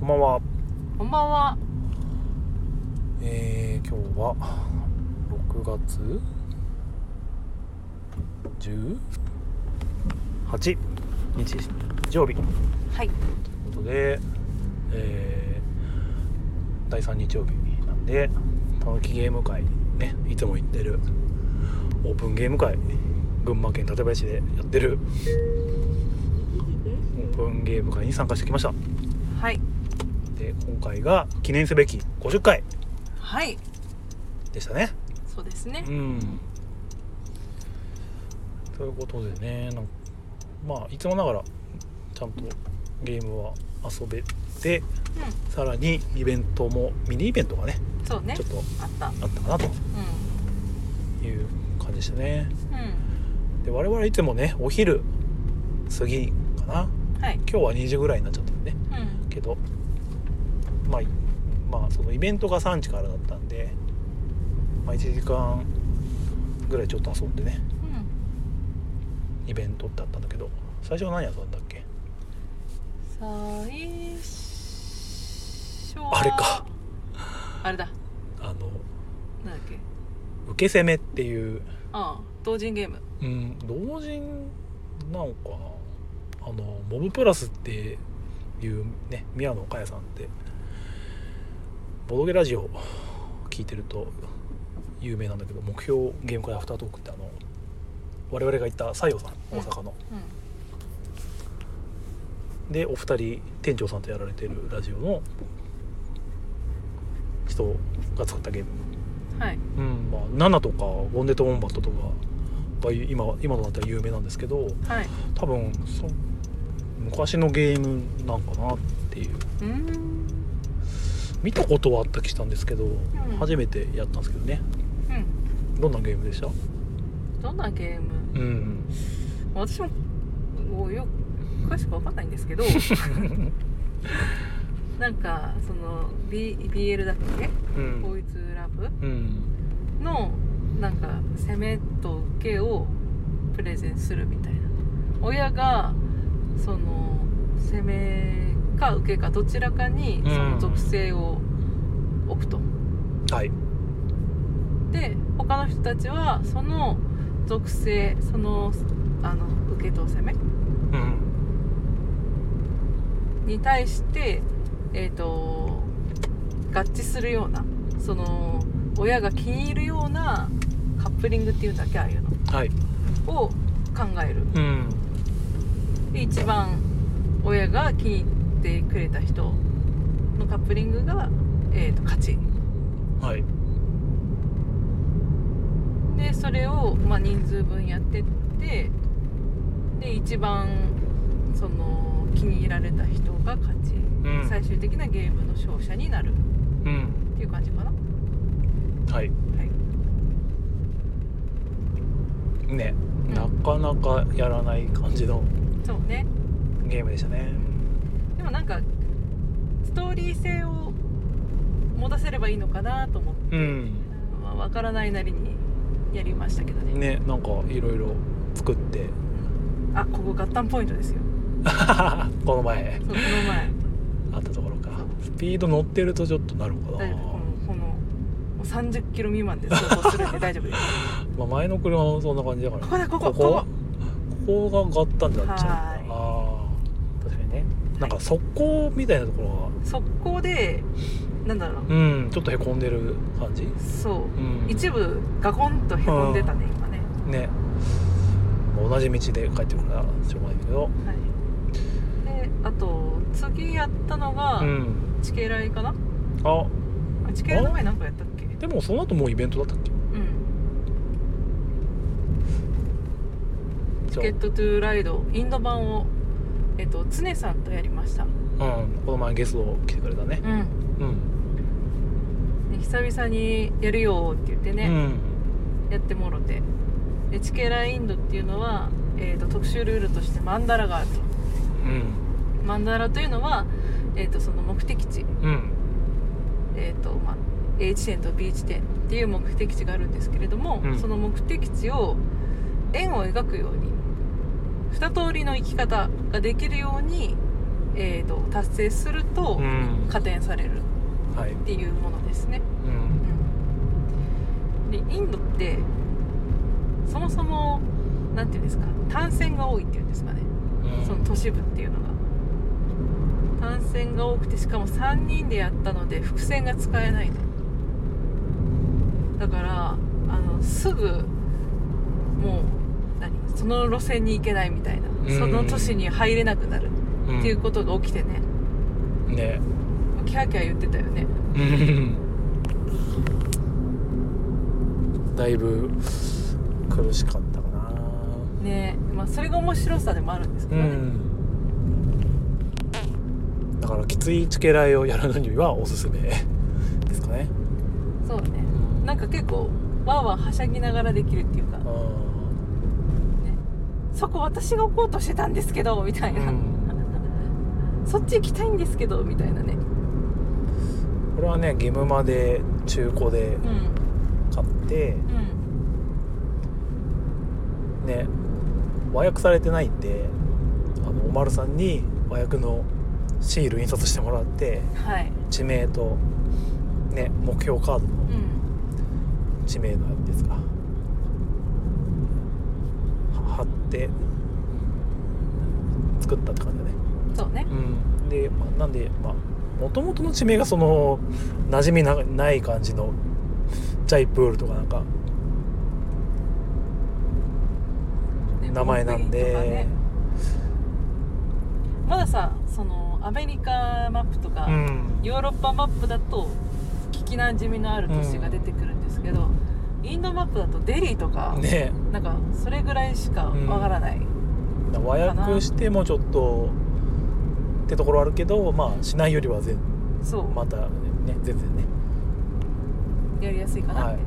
こんばんは。こんばんは。えー、今日は6月18日日曜日というはい。ことで、えー第3日曜日なんで、たぬきゲーム会ね、いつも行ってるオープンゲーム会、群馬県館林でやってるオープンゲーム会に参加してきました。はい。で、今回が記念すべき50回はい。でしたね。そうですねう。ん。ということでねなんまあいつもながらちゃんとゲームは遊べてうさらにイベントもミニイベントがねん。そうねちょ。っとあった。あったかなとういう感じでしたねん。う。で我々いつもねお昼過ぎかなんはい。今日は2時ぐらいになっちゃったよねうん。けどまあいまあそのイベントが3時からだったんで、まあ、1時間ぐらいちょっと遊んでねうん。イベントってあったんだけど最初は何やったんだっけ最初は。あれか。あれだ。あのなんだっけ。受け攻めっていう、ああ、同人ゲーム。うん、同人なのかなあのモブプラスっていうね宮野佳代さんってボドゲラジオ聞いてると有名なんだけど目標ゲーム会アフタートークってあの我々が行った西洋さんうん大阪の、うでお二人店長さんとやられてるラジオの人が作ったゲームん。はい。うんまあ、ナナとかボンデット・ウォンバットとかは今今となっては有名なんですけどはい。多分そ昔のゲームなんかなっていううーん。見たことはあった気したんですけど、初め。めてやったんですけどねうん。どんなゲームでしたどんなゲーム。うん私も。およ。詳しくわかんないんですけ ど。なんか、その、B. B. L. だっけ。うボ んーイズラブ。うんのなんか攻めと受けをプレゼンするみたいな親がその攻めか受けかどちらかにうんその属性を置くと、はいで他の人たちはその属性そのあの受けと攻めうんに対してえっ、と合致するようなその親が気に入るようなカップリングっていうんだっけああいうのはいを考えるうんで一番親が気に入ってくれた人のカップリングが、えー、と勝ちはいでそれを、まあ、人数分やってってで一番その気に入られた人が勝ち、うん最終的なゲームの勝者になるうんっていう感じかなはいはいねなかなかやらない感じのそうねゲームでしたねでもなんかストーリー性を持たせればいいのかなと思って、うんまあ、分からないなりにやりましたけどねねなんかいろいろ作って あここ合ンポイントですよこの前そうこの前あったところかスピード乗ってるとちょっとなるのか大な丈夫このこのもう30キロ未満で走行するんで大丈夫です まあ、前の車もそんな感じだからここだここここここここが合ったんじゃっちゃはうーいんだあー確かにねなんか側溝みたいなところ速攻でなんだろうがうんちょっとへこんでる感じそううん一部ガコンとへこんでたね今ねね同じ道で帰ってくるからしょうがないんだけどはいであと次やったのがうん地形雷かなああ地形雷の前なんかやったっけでもその後もうイベントだったっけうんチじゃケットトゥーライドインド版をえっと常さんとやりましたあうんこの前ゲスト来てくれたねうんうでん久々にやるよって言ってね、うんやってもろてでチケラインドっていうのは、えー、と特殊ルールとしてマンダラがあるうんマンダラというのは、えー、とその目的地、うんえーとまあ、A 地点と B 地点っていう目的地があるんですけれども、うんその目的地を円を描くように2通りの行き方ができるようにえー、と達成するとうん加点されるはい、うっていうものですね、ん、うん、でインドってそもそもなんていうんですか単線が多いっていうんですかねうんその都市部っていうのが単線が多くてしかも3人でやったので伏線が使えないのだからあのすぐもう何その路線に行けないみたいなうんその都市に入れなくなるうんっていうことが起きてねねキャーキャー言ってたよねうんだいぶ苦しかったかなねまあそれが面白さでもあるんですけうどね、んだからきついチケライをやるのにはおすすめですかねそうねなんか結構わーわーはしゃぎながらできるっていうかあーそこ私が置こうとしてたんですけどみたいな、うんそっち行きたいんですけどみたいなねこれはねゲムマで中古でうん買ってうんね和訳されてないんであのおまるさんに和訳のシール印刷してもらってはい地名と、ね、目標カードのうん地名のやつですか貼って作ったって感じだね、そうねうん、で、まあ、なんでまあ元々の地名がその馴染みなない感じのジャイプールとかなんかで名前なんブロッで、クインとかねまださそのアメリカマップとか、うんヨーロッパマップだと聞きなじみのある都市が出てくるんですけど、インドマップだとデリーとか、ねなんかそれぐらいしかわからない、和訳してもちょっとってところあるけどまあしないよりは全そう、またね全然ねやりやすいかなって、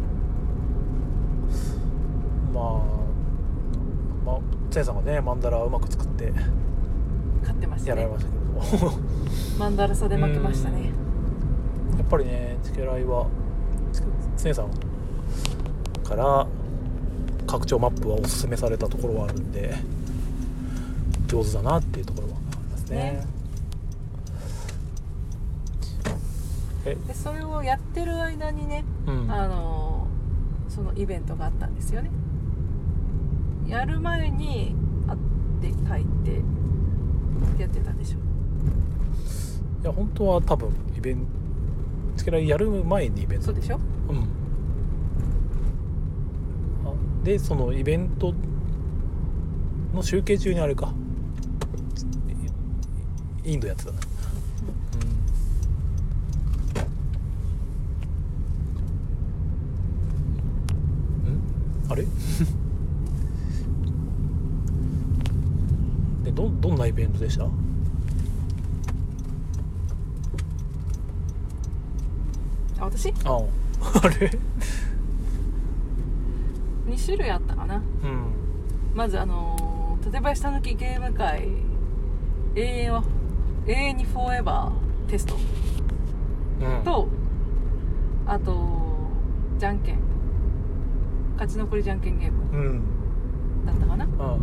まあまあ千恵さんがねマンダラうまく作って勝ってましやたられねましたけどもマンダラサで負けましたねやっぱりねチケライは千恵さんから拡張マップはおすすめされたところはあるんで上手だなっていうところはありますねねえでそれをやってる間にね、うんあのそのイベントがあったんですよねやる前に会って書いてやってたでしょいや本当は多分イベントつけらやる前にイベンそトうでしょうんあでそのイベントの集計中にあれかイインドやってたねうん、んあれ でどどんなイベントでしたあ私あ あれ2種類あったかなうんまずあのー、立林たぬきゲーム会永遠は永遠にフォーエバーテストうんとあとじゃんけん勝ち残りじゃんけんゲームうんだったかなああ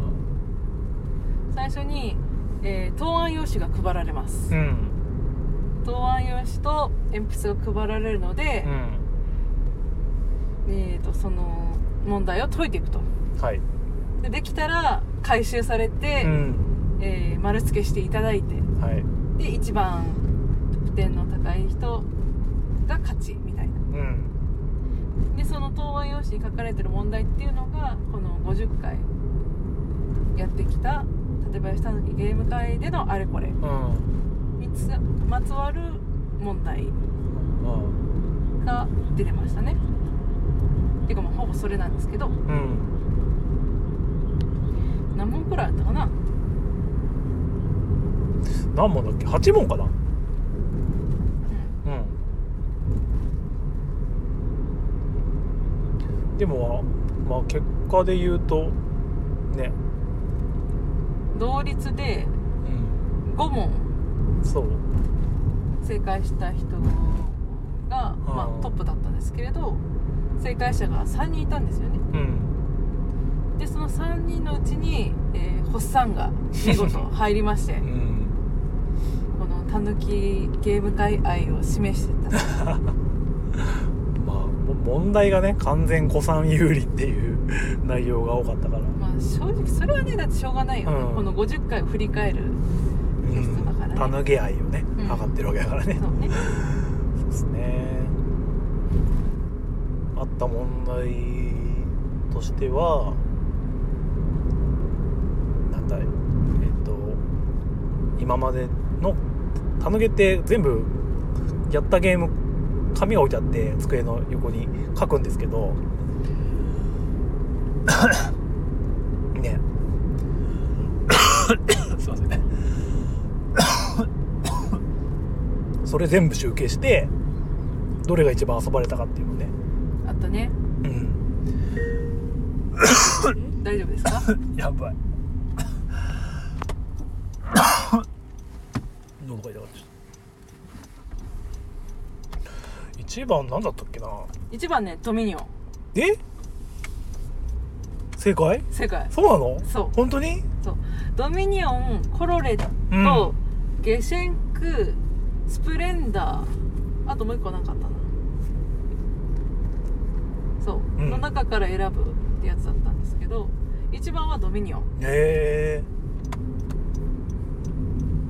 最初に、えー答案用紙が配られます、うん答案用紙と鉛筆が配られるのでう、んえー、とその問題を解いていくとはいでできたら回収されて、うんえー丸付けしていただいてはいで一番得点の高い人が勝ちみたいなうんでその答案用紙に書かれてる問題っていうのがこの50回やってきた例えばたぬきゲーム会でのあれこれうんにつまつわる問題うんが出てましたねていうかもうほぼそれなんですけどうん何問くらいあったかな何問だっけ八問かなうんでもまあ結果で言うとね同率でうん5問そう正解した人が、まうんあ、トップだったんですけれど正解者が3人いたんですよねうんでその3人のうちに、えー、ホッサンが見事 入りましてうんたぬきゲーム会愛を示してたまあも問題がね完全古参有利っていう 内容が多かったからまあ正直それはねだってしょうがないよね、うんこの50回を振り返るゲストだからねタヌゲ愛をねうん測ってるわけだからね、そうねそうですねあった問題としてはなんだいえっと今までのタヌゲって全部やったゲーム紙が置いてあって机の横に書くんですけど ね すいませんね それ全部集計してどれが一番遊ばれたかっていうのねあったねうん大丈夫 ですかやばい 喉が痛かった一番なんだったっけな1番ねドミニオンえ正解世界そうなのそう本当にそうドミニオンコロレと、うんゲシェンクスプレンダーあともう一個なんかあったなそう、うんの中から選ぶってやつだったんですけど一番はドミニオンへえ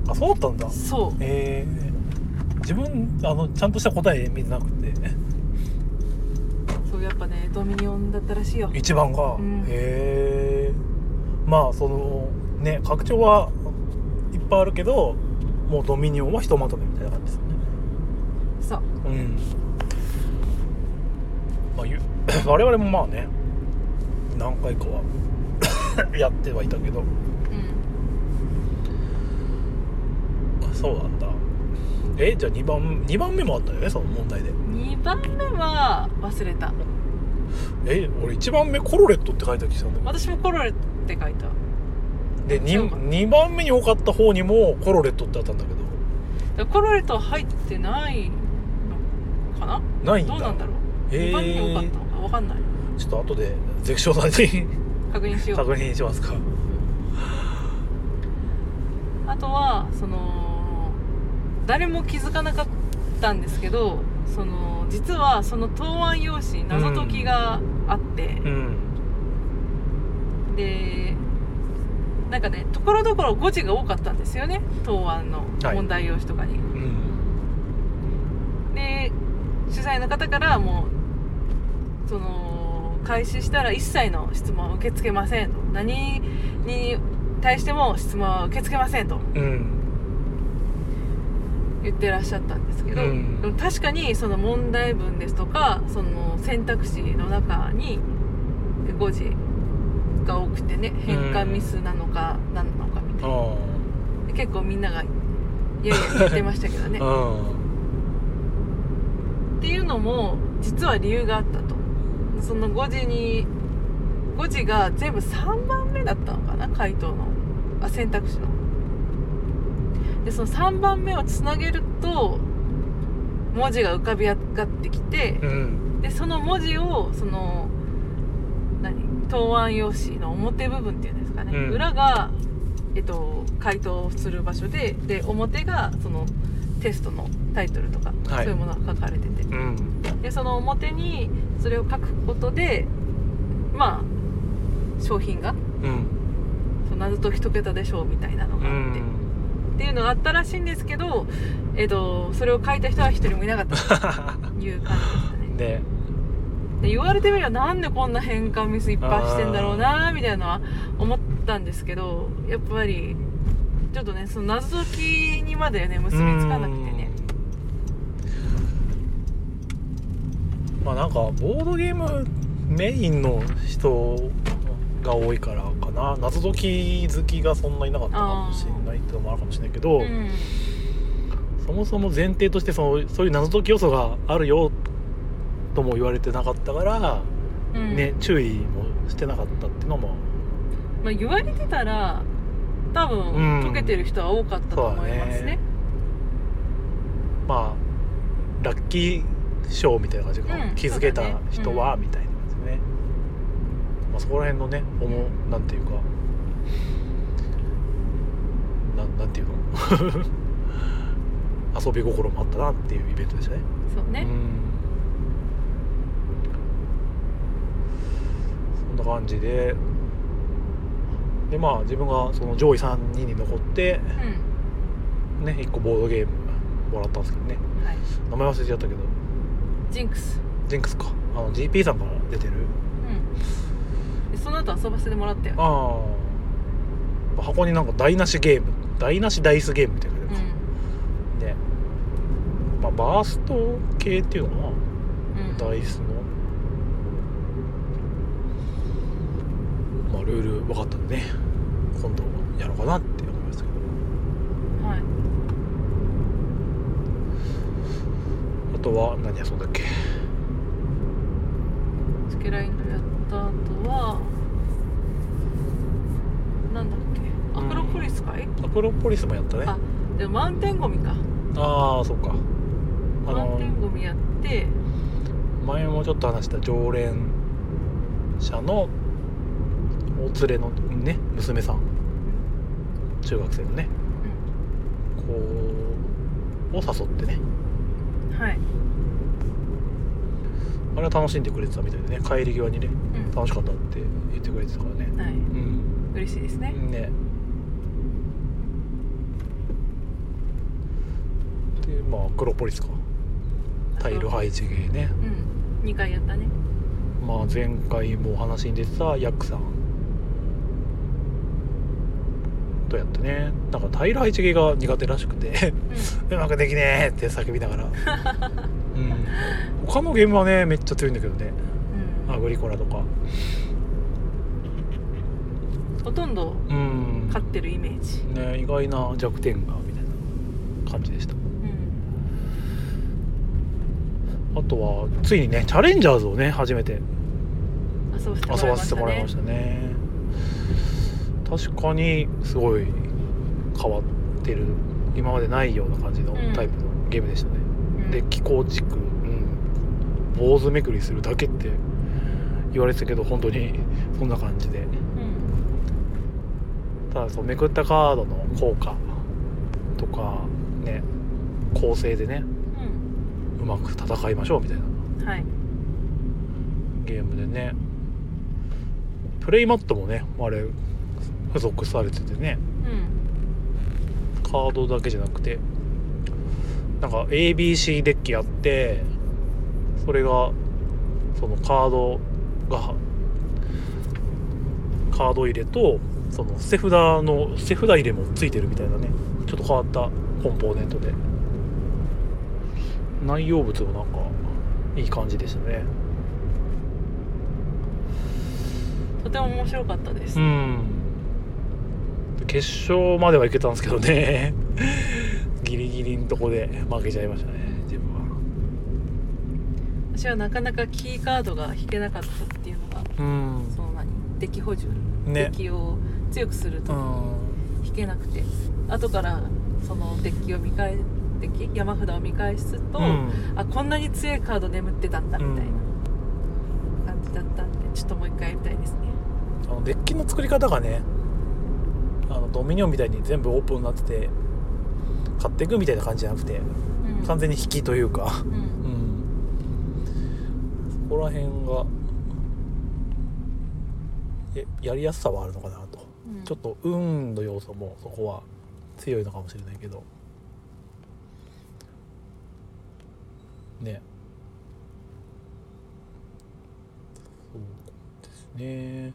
あそうだったんだそうえー、自分あのちゃんとした答え見てなくてそうやっぱねドミニオンだったらしいよ一番が、うんへえまあそのね拡張はいっぱいあるけどもうドミニオンはひとまとめみたいな感じですねそううんまあゆ 我々もまあね何回かはやってはい たけどうんそうなんだえじゃあ2番二番目もあったよねその問題で2番目は忘れたえ俺1番目コロレットって書いた気がしたんだけど私もコロレって書いたでそうか 2, 二番目に多かった方にもコロレットってあったんだけどだからコロレとは入ってないのかなないんだどうなんだろう、へー2番に多かったのか分かんないちょっと後でゼクションさんに確認しよう確認しますかあとはその誰も気づかなかったんですけどその実はその答案用紙謎解きがあって、うんでなんかねところどころ誤字が多かったんですよね答案のはい問題用紙とかに、うんで主催の方からもうその開始したら一切の質問は受け付けませんと何に対しても質問は受け付けませんとうん言ってらっしゃったんですけど、うんでも確かにその問題文ですとかその選択肢の中に誤字が多くてね変換ミスなのか何なのかみたいな、あで結構みんなが「いやいや」言ってましたけどねっあていうのも実は理由があったとその誤字に誤字が全部3番目だったのかな回答のあ選択肢のでその3番目をつなげると文字が浮かび上がってきて、うんうんでその文字をその何答案用紙の表部分っていうんですかね、うん裏が、えっと、回答する場所でで表がそのテストのタイトルとか、はいそういうものが書かれててうんでその表にそれを書くことでまあ商品がうん「その謎解き解けたでしょう」みたいなのうがあって、んっていうのがあったらしいんですけど、えっと、それを書いた人は一人もいなかったという感じでした ね。でで言われてみればなんでこんな変換ミスいっぱいしてんだろうなみたいなのは思ったんですけどやっぱりちょっとねその謎解きにまでね結びつかなくてねうんまあなんかボードゲームメインの人が多いからかな謎解き好きがそんないなかったかもしれないってのもあるかもしれないけど、うんそもそも前提としてそのそういう謎解き要素があるよとも言われてなかったから、うんね注意もしてなかったっていうのもまあ、言われてたら多うん分解けてる人は多かったと思いますねまあラッキー賞みたいな感じか、うん気づけたそうだね人は、うんみたいな感じね、まあ、そこら辺のねおもなんていうかななんていうの 遊び心もあったなっていうイベントでしたねそうね、うんそんな感じででまあ自分がその上位3人に残ってうね1個ボードゲームもらったんですけどねんはい名前忘れちゃったけどジンクスジンクスかあの GP さんから出てるうんでその後遊ばせてもらったよ、ああ箱になんか台無しゲーム台無しダイスゲームみたいなうやんつ、ねまあバースト系っていうのかうん、なダイスのまあルール分かったんでね今度やろうかなって思いましたけはいどあとは何遊んだっけスケラインドやった後はなんだっけアクロポリスかい、アクロポリスもやったねあでもマウンテンゴミかああそっかあマウンのテンゴミやって前もちょっと話した常連者のお連れのね娘さん中学生のねうこうを誘ってねんはい、あれは楽しんでくれてたみたいでね帰り際にねう楽しかったって言ってくれてたからねん、はいうん嬉しいですねねでまあクロポリスかタイル配置芸ねうん2回やったねまあ前回もお話に出てたヤックさんとやってねなんかタイル配置芸が苦手らしくて ううまくできねえって叫びな がらうん他のゲームはねめっちゃ強いんだけどねん、アグリコラとかうん、ほとんどうん勝ってるイメージ、ね意外な弱点がみたいな感じでしたうん、あとはついにねチャレンジャーズをね初めて遊ばせても遊らいばませしてたもらいねましたね確かにすごい変わってる今までないような感じのうんタイプのゲームでしたね、うんで気候地区、うん、坊主めくりするだけって言われてたけど本当にそんな感じでうんただそのめくったカードの効果とかね構成でねうまく戦いましょうみたいなうんはいゲームでねプレイマットもねあれ付属されててねうんカードだけじゃなくてなんか ABC デッキあってそれがそのカードがカード入れとその捨て札の捨て札入れもついてるみたいなねちょっと変わったコンポーネントで内容物もなんかいい感じでしたねとても面白かったです、うん決勝まではいけたんですけどね ギリギリのとこで負けちゃいましたね自分は私はなかなかキーカードが引けなかったっていうのがうんその何デッキ補充、ねデッキを強くするうとん引けなくて、後からそのデッキを見返デッキ山札を見返すと、うんあこんなに強いカード眠ってたんだみたいな感じだったんで、ちょっともう一回やりたいですねあのデッキの作り方がねあのドミニオンみたいに全部オープンになってて買っていくみたいな感じじゃなくてうん完全に引きというかううんんそこら辺がえやりやすさはあるのかなとうんちょっと運の要素もそこは強いのかもしれないけどねそうですね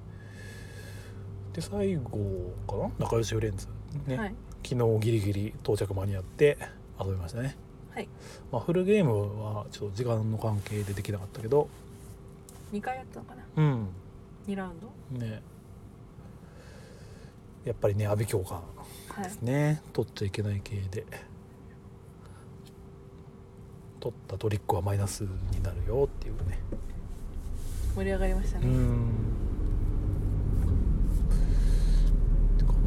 で最後かな仲良しフレンズね、はい昨日ギリギリ到着間に合って遊びましたねはいまあフルゲームはちょっと時間の関係でできなかったけど2回やったのかなうん2ラウンドねやっぱりね阿部教官はでいすね取っちゃいけない系で取ったトリックはマイナスになるよっていうね盛り上がりましたうーね、んってかな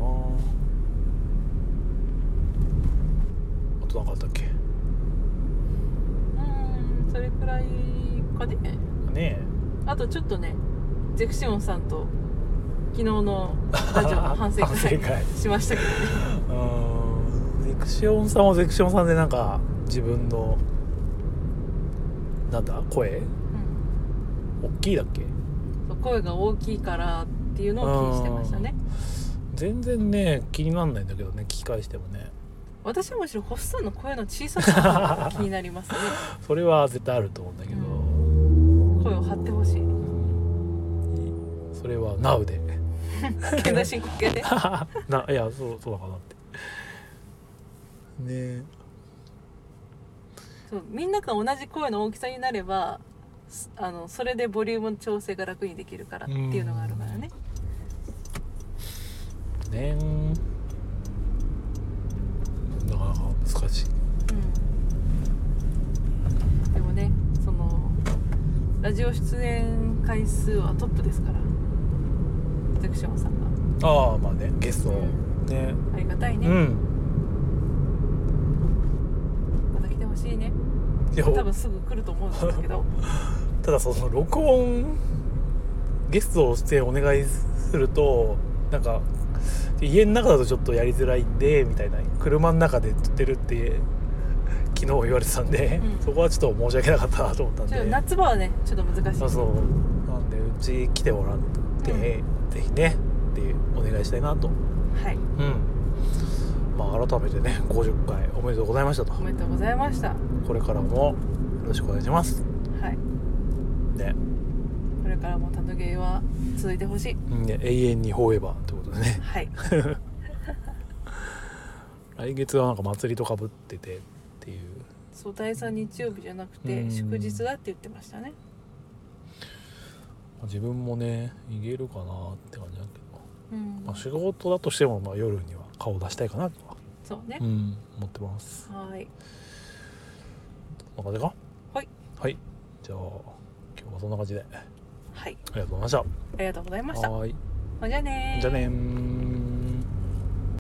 あと何かあったっけうんそれくらいかねねあとちょっとねゼクシオンさんと昨日のラジオの反省 反省会会しましたけどねえうーんいクシオンさんはセクションさんでなんか自分のなんだ声うん大きいだっけそう声が大きいからっていうのを気にしてましたね全然ね気になんないんだけどね聞き返してもね私はむしろ星さんの声の小ささが気になり ますねそれは絶対あると思うんだけ声ど、を張ってほしいそれは NOW で 現代進行形でないやそうそうだかなってねそうみんなが同じ声の大きさになればすあのそれでボリュームの調整が楽にできるからっていうのがあるからねねなかなか難しいうんでもねそのラジオ出演回数はトップですからゼクションさんがああまあねゲストねありがたいね、うんまた来てほしいねいや多分すぐ来ると思うんですけどただその録音ゲストを出演お願いするとなんか家の中だとちょっとやりづらいんでみたいな車の中で撮ってるって昨日言われてたんで、うんそこはちょっと申し訳なかったなと思ったんちょっとで夏場はねちょっと難しいあそうなんでうち来てもらって、ぜひねってお願いしたいなとはいうんまあ改めてね50回おめでとうございましたとおめでとうございましたはこれからもよろしくお願いしますいねこれからもタヌゲーは続いてほしいうんね永遠にフォーエバーってことでねはい来月はなんか祭りとかぶっててっていうそう第3日曜日じゃなくうてん祝日だって言ってましたね自分もねいけるかなって感じだうけど、んまあ、仕事だとしてもまあ夜には顔を出したいかなとは、そうねうん、思ってますはーいそんな感じかはいはいじゃあ今日はそんな感じであはいりがとうございましたありがとうございましたはーいほんじゃねーじゃあねー